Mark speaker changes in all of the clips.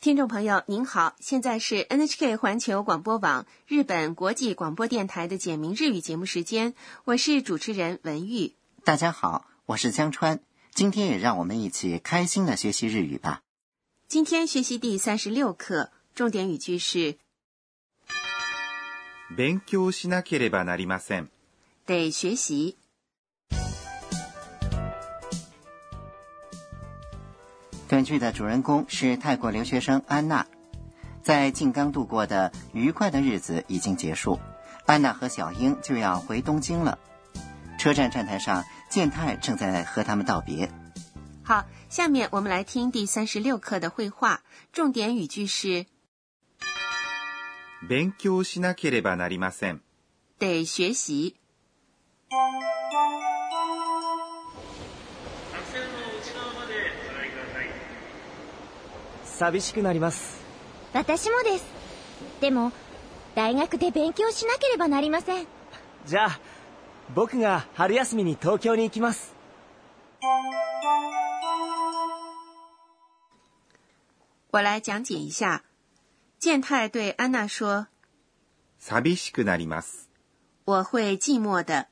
Speaker 1: 听众朋友您好，现在是 NHK 环球广播网日本国际广播电台的简明日语节目时间，我是主持人文玉。
Speaker 2: 大家好，我是江川，今天也让我们一起开心的学习日语吧。
Speaker 1: 今天学习第三十六课，重点语句是
Speaker 3: 勉強しなければなりません。
Speaker 1: 得学习。
Speaker 2: 短剧的主人公是泰国留学生安娜，在静冈度过的愉快的日子已经结束，安娜和小英就要回东京了。车站站台上，健太正在和他们道别。
Speaker 1: 好，下面我们来听第三十六课的绘画，重点语句是
Speaker 3: 勉強しなければなりません。
Speaker 1: 得学习。
Speaker 4: 寂しくなります
Speaker 5: 私もですでも大学で勉強しなければなりません
Speaker 4: じゃあ僕が春休みに東京に行きます
Speaker 1: 我来讲解一下。健太对安娜说
Speaker 3: 寂しくなります。：“
Speaker 1: 我会寂寞的。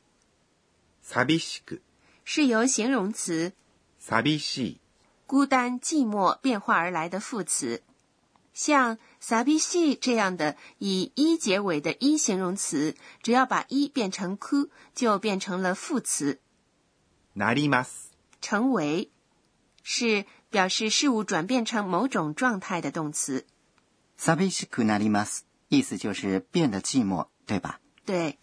Speaker 3: 寂しく、”
Speaker 1: 是由形容词
Speaker 3: 寂しい、
Speaker 1: 孤单、寂寞变化而来的副词。像 “sabishi” 这样的以 “i” 结尾的一形容词，只要把 “i” 变成 “ku”，就变成了副词，
Speaker 3: なります。
Speaker 1: 成为，是表示事物转变成某种状态的动词。
Speaker 2: 寂しくなります，意思就是变得寂寞，对吧？
Speaker 1: 对，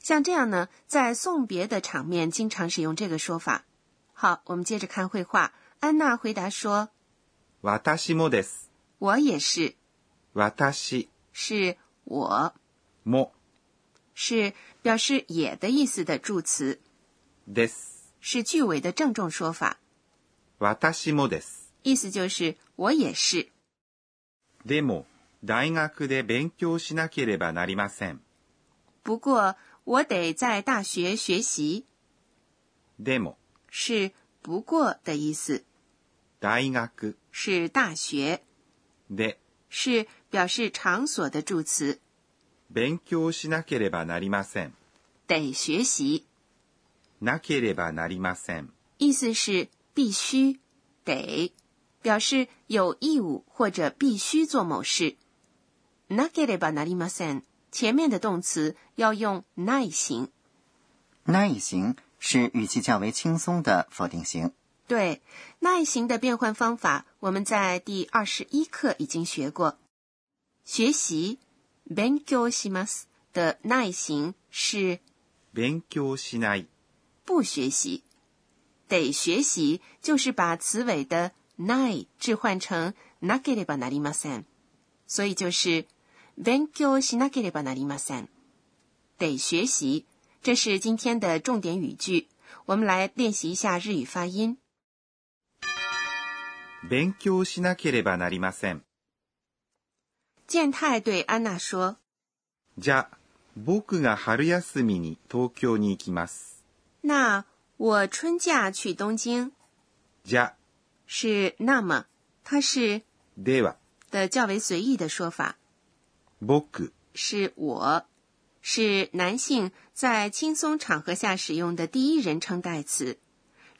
Speaker 1: 像这样呢，在送别的场面经常使用这个说法。好，我们接着看绘画。安娜回答说
Speaker 3: 私もです。：“
Speaker 1: 我也是，
Speaker 3: 私
Speaker 1: 是我，
Speaker 3: も
Speaker 1: 是表示也的意思的助词，
Speaker 3: です。
Speaker 1: 是句尾的郑重说法，
Speaker 3: 私もです。
Speaker 1: 意思就是我也是。
Speaker 3: でも、大学で勉強しなければなりません。
Speaker 1: 不过我得在大学学习，
Speaker 3: でも、
Speaker 1: 是不过的意思，
Speaker 3: 大学
Speaker 1: 是大学，
Speaker 3: で
Speaker 1: 是表示场所的助词，
Speaker 3: 勉強しなければなりません。
Speaker 1: 得学习。
Speaker 3: なければなりません。
Speaker 1: 意思是必须、得，表示有义务或者必须做某事。なければなりません。前面的动词要用ない形。
Speaker 2: ない形是语气较为轻松的否定型。
Speaker 1: 对，耐形的变换方法，我们在第二十一课已经学过。学习勉強します的耐形是
Speaker 3: 勉強しない、
Speaker 1: 不学习，得学习就是把词尾的 nai 置换成 nakereba narimasen，所以就是勉強しなければなりません。得学习，这是今天的重点语句。我们来练习一下日语发音。
Speaker 3: 勉強しなければなりません。
Speaker 1: 健太对安娜说
Speaker 3: じゃあ、僕が春休みに東京に行きます。：“
Speaker 1: 那我春假去东京。
Speaker 3: じゃあ、”
Speaker 1: 是那么，它是
Speaker 3: では、
Speaker 1: 的较为随意的说法。
Speaker 3: 僕
Speaker 1: 是我，是男性在轻松场合下使用的第一人称代词。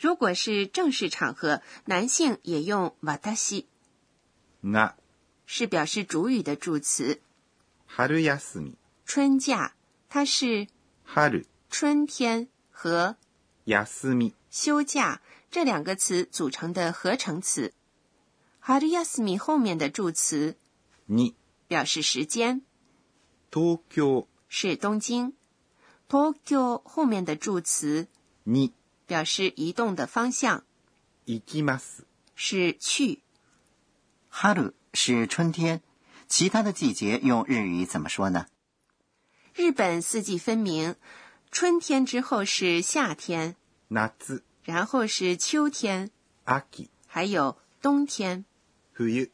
Speaker 1: 如果是正式场合，男性也用瓦达西，
Speaker 3: が
Speaker 1: 是表示主语的助词。
Speaker 3: 春休み、
Speaker 1: 春假，它是
Speaker 3: 春、
Speaker 1: 春天和
Speaker 3: 休み、
Speaker 1: 休假这两个词组成的合成词。ハルヤスミ后面的助词
Speaker 3: に、
Speaker 1: 表示时间，
Speaker 3: 東京
Speaker 1: 是东京。東京后面的助词
Speaker 3: に
Speaker 1: 表示移动的方向。
Speaker 3: 行きます。
Speaker 1: 是去，
Speaker 2: 春是春天，其他的季节用日语怎么说呢？
Speaker 1: 日本四季分明，春天之后是夏天，
Speaker 3: 夏、
Speaker 1: 然后是秋天，
Speaker 3: 秋、
Speaker 1: 还有冬天。
Speaker 3: 冬、
Speaker 2: 春、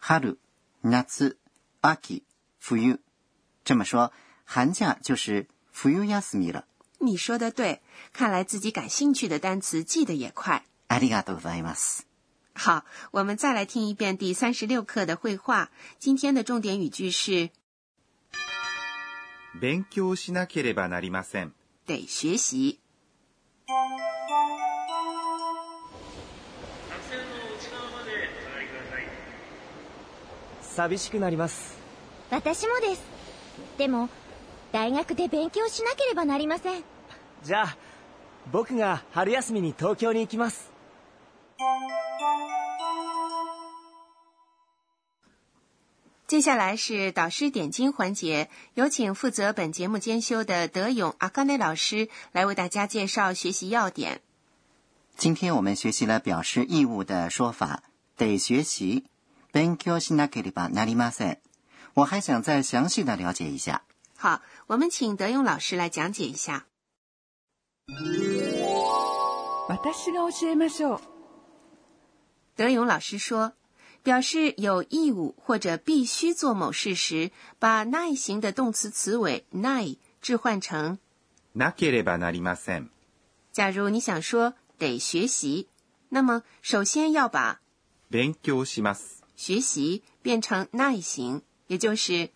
Speaker 2: 夏、秋、冬，这么说，寒假就是冬休み了。
Speaker 1: 你说的对，看来自己感兴趣的单词记得也快。
Speaker 2: ありがとうございます。
Speaker 1: 好，我们再来听一遍第三十六课的绘画。今天的重点语句是
Speaker 3: 勉強しなければなりません。
Speaker 1: 得学习。
Speaker 4: 寂しくなります
Speaker 5: 私もですでも大学で勉強しなければなりません
Speaker 4: じゃあ僕が春休みに東京に行きます
Speaker 1: 接下来是导师点睛环节，有请负责本节目监修的德勇阿甘内老师来为大家介绍学习要点。
Speaker 2: 今天我们学习了表示义务的说法，得学习。勉強しなければなりません。我还想再详细的了解一下。
Speaker 1: 好，我们请德勇老师来讲解一下。
Speaker 6: 私が教えましょう
Speaker 1: 德勇老师说，表示有义务或者必须做某事时，把奈形的动词词尾奈置换成。
Speaker 3: なければなりません。
Speaker 1: 假如你想说得学习，那么首先要把
Speaker 3: 勉強します。
Speaker 1: 学习变成奈形，也就是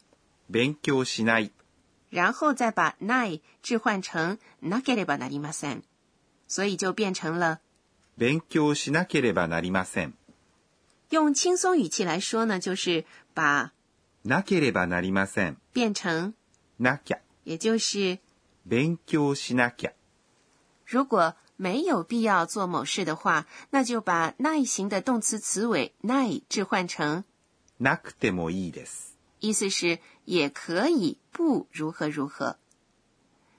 Speaker 3: 勉強しない。
Speaker 1: 然后再把奈置换成なければなりません，所以就变成了
Speaker 3: 勉強しなければなりません。
Speaker 1: 用轻松语气来说呢，就是把
Speaker 3: なければなりません。
Speaker 1: 变成，
Speaker 3: なきゃ。
Speaker 1: 也就是
Speaker 3: 勉強しなきゃ。
Speaker 1: 如果没有必要做某事的话，那就把奈形的动词词尾奈置换成，
Speaker 3: なくてもいいです。
Speaker 1: 意思是也可以不如何如何。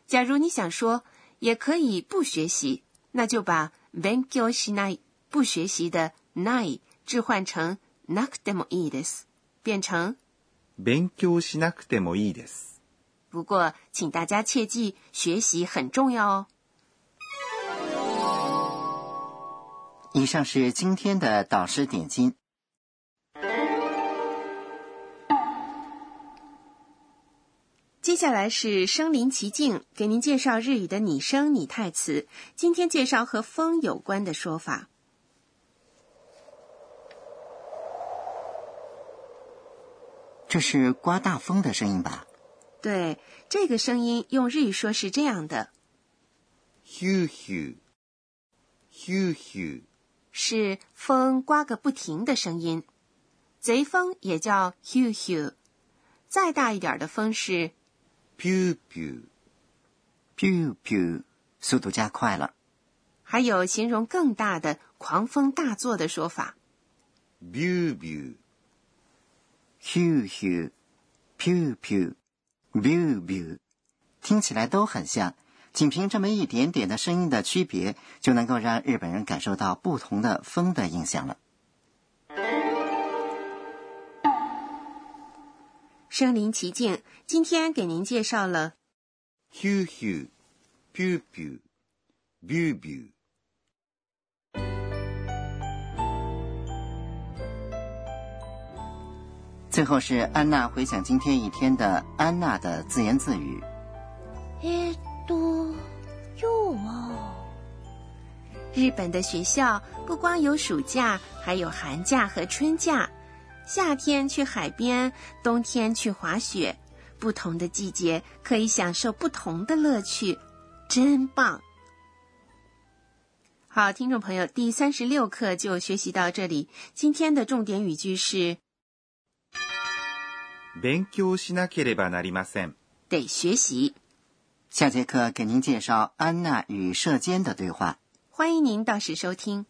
Speaker 1: 假如你想说也可以不学习，那就把勉強しない不学习的ない置换成なくてもいいです，变成。
Speaker 3: 勉強しなくてもいいです。
Speaker 1: 不过，请大家切记，学习很重要哦。
Speaker 2: 以上是今天的导师点睛。
Speaker 1: 接下来是身临其境，给您介绍日语的拟声拟态词。今天介绍和风有关的说法。
Speaker 2: 这是刮大风的声音吧？
Speaker 1: 对，这个声音用日语说是这样的，
Speaker 3: ヒューヒュー。ヒューヒュー。
Speaker 1: 是风刮个不停的声音。贼风也叫 hu hu，再大一点的风是
Speaker 3: ピューピュー。
Speaker 2: biu biu，速度加快了。
Speaker 1: 还有形容更大的狂风大作的说法。
Speaker 3: ビュービュー。
Speaker 2: hu hu piu piu biu biu，听起来都很像。仅凭这么一点点的声音的区别，就能够让日本人感受到不同的风的印象了。
Speaker 1: 身临其境，今天给您介绍了
Speaker 3: ヒューヒュー。ピューピュー。ビュービュー。
Speaker 2: 最后是安娜回想今天一天的安娜的自言自语。
Speaker 5: えー、っと今日は
Speaker 1: 日本的学校不光有暑假，还有寒假和春假。夏天去海边，冬天去滑雪，不同的季节可以享受不同的乐趣，真棒！好，听众朋友，第三十六课就学习到这里。今天的重点语句是
Speaker 3: 勉強しなければなりません。
Speaker 1: 得学习。
Speaker 2: 下节课给您介绍安娜与射箭的对话。
Speaker 1: 欢迎您到时收听。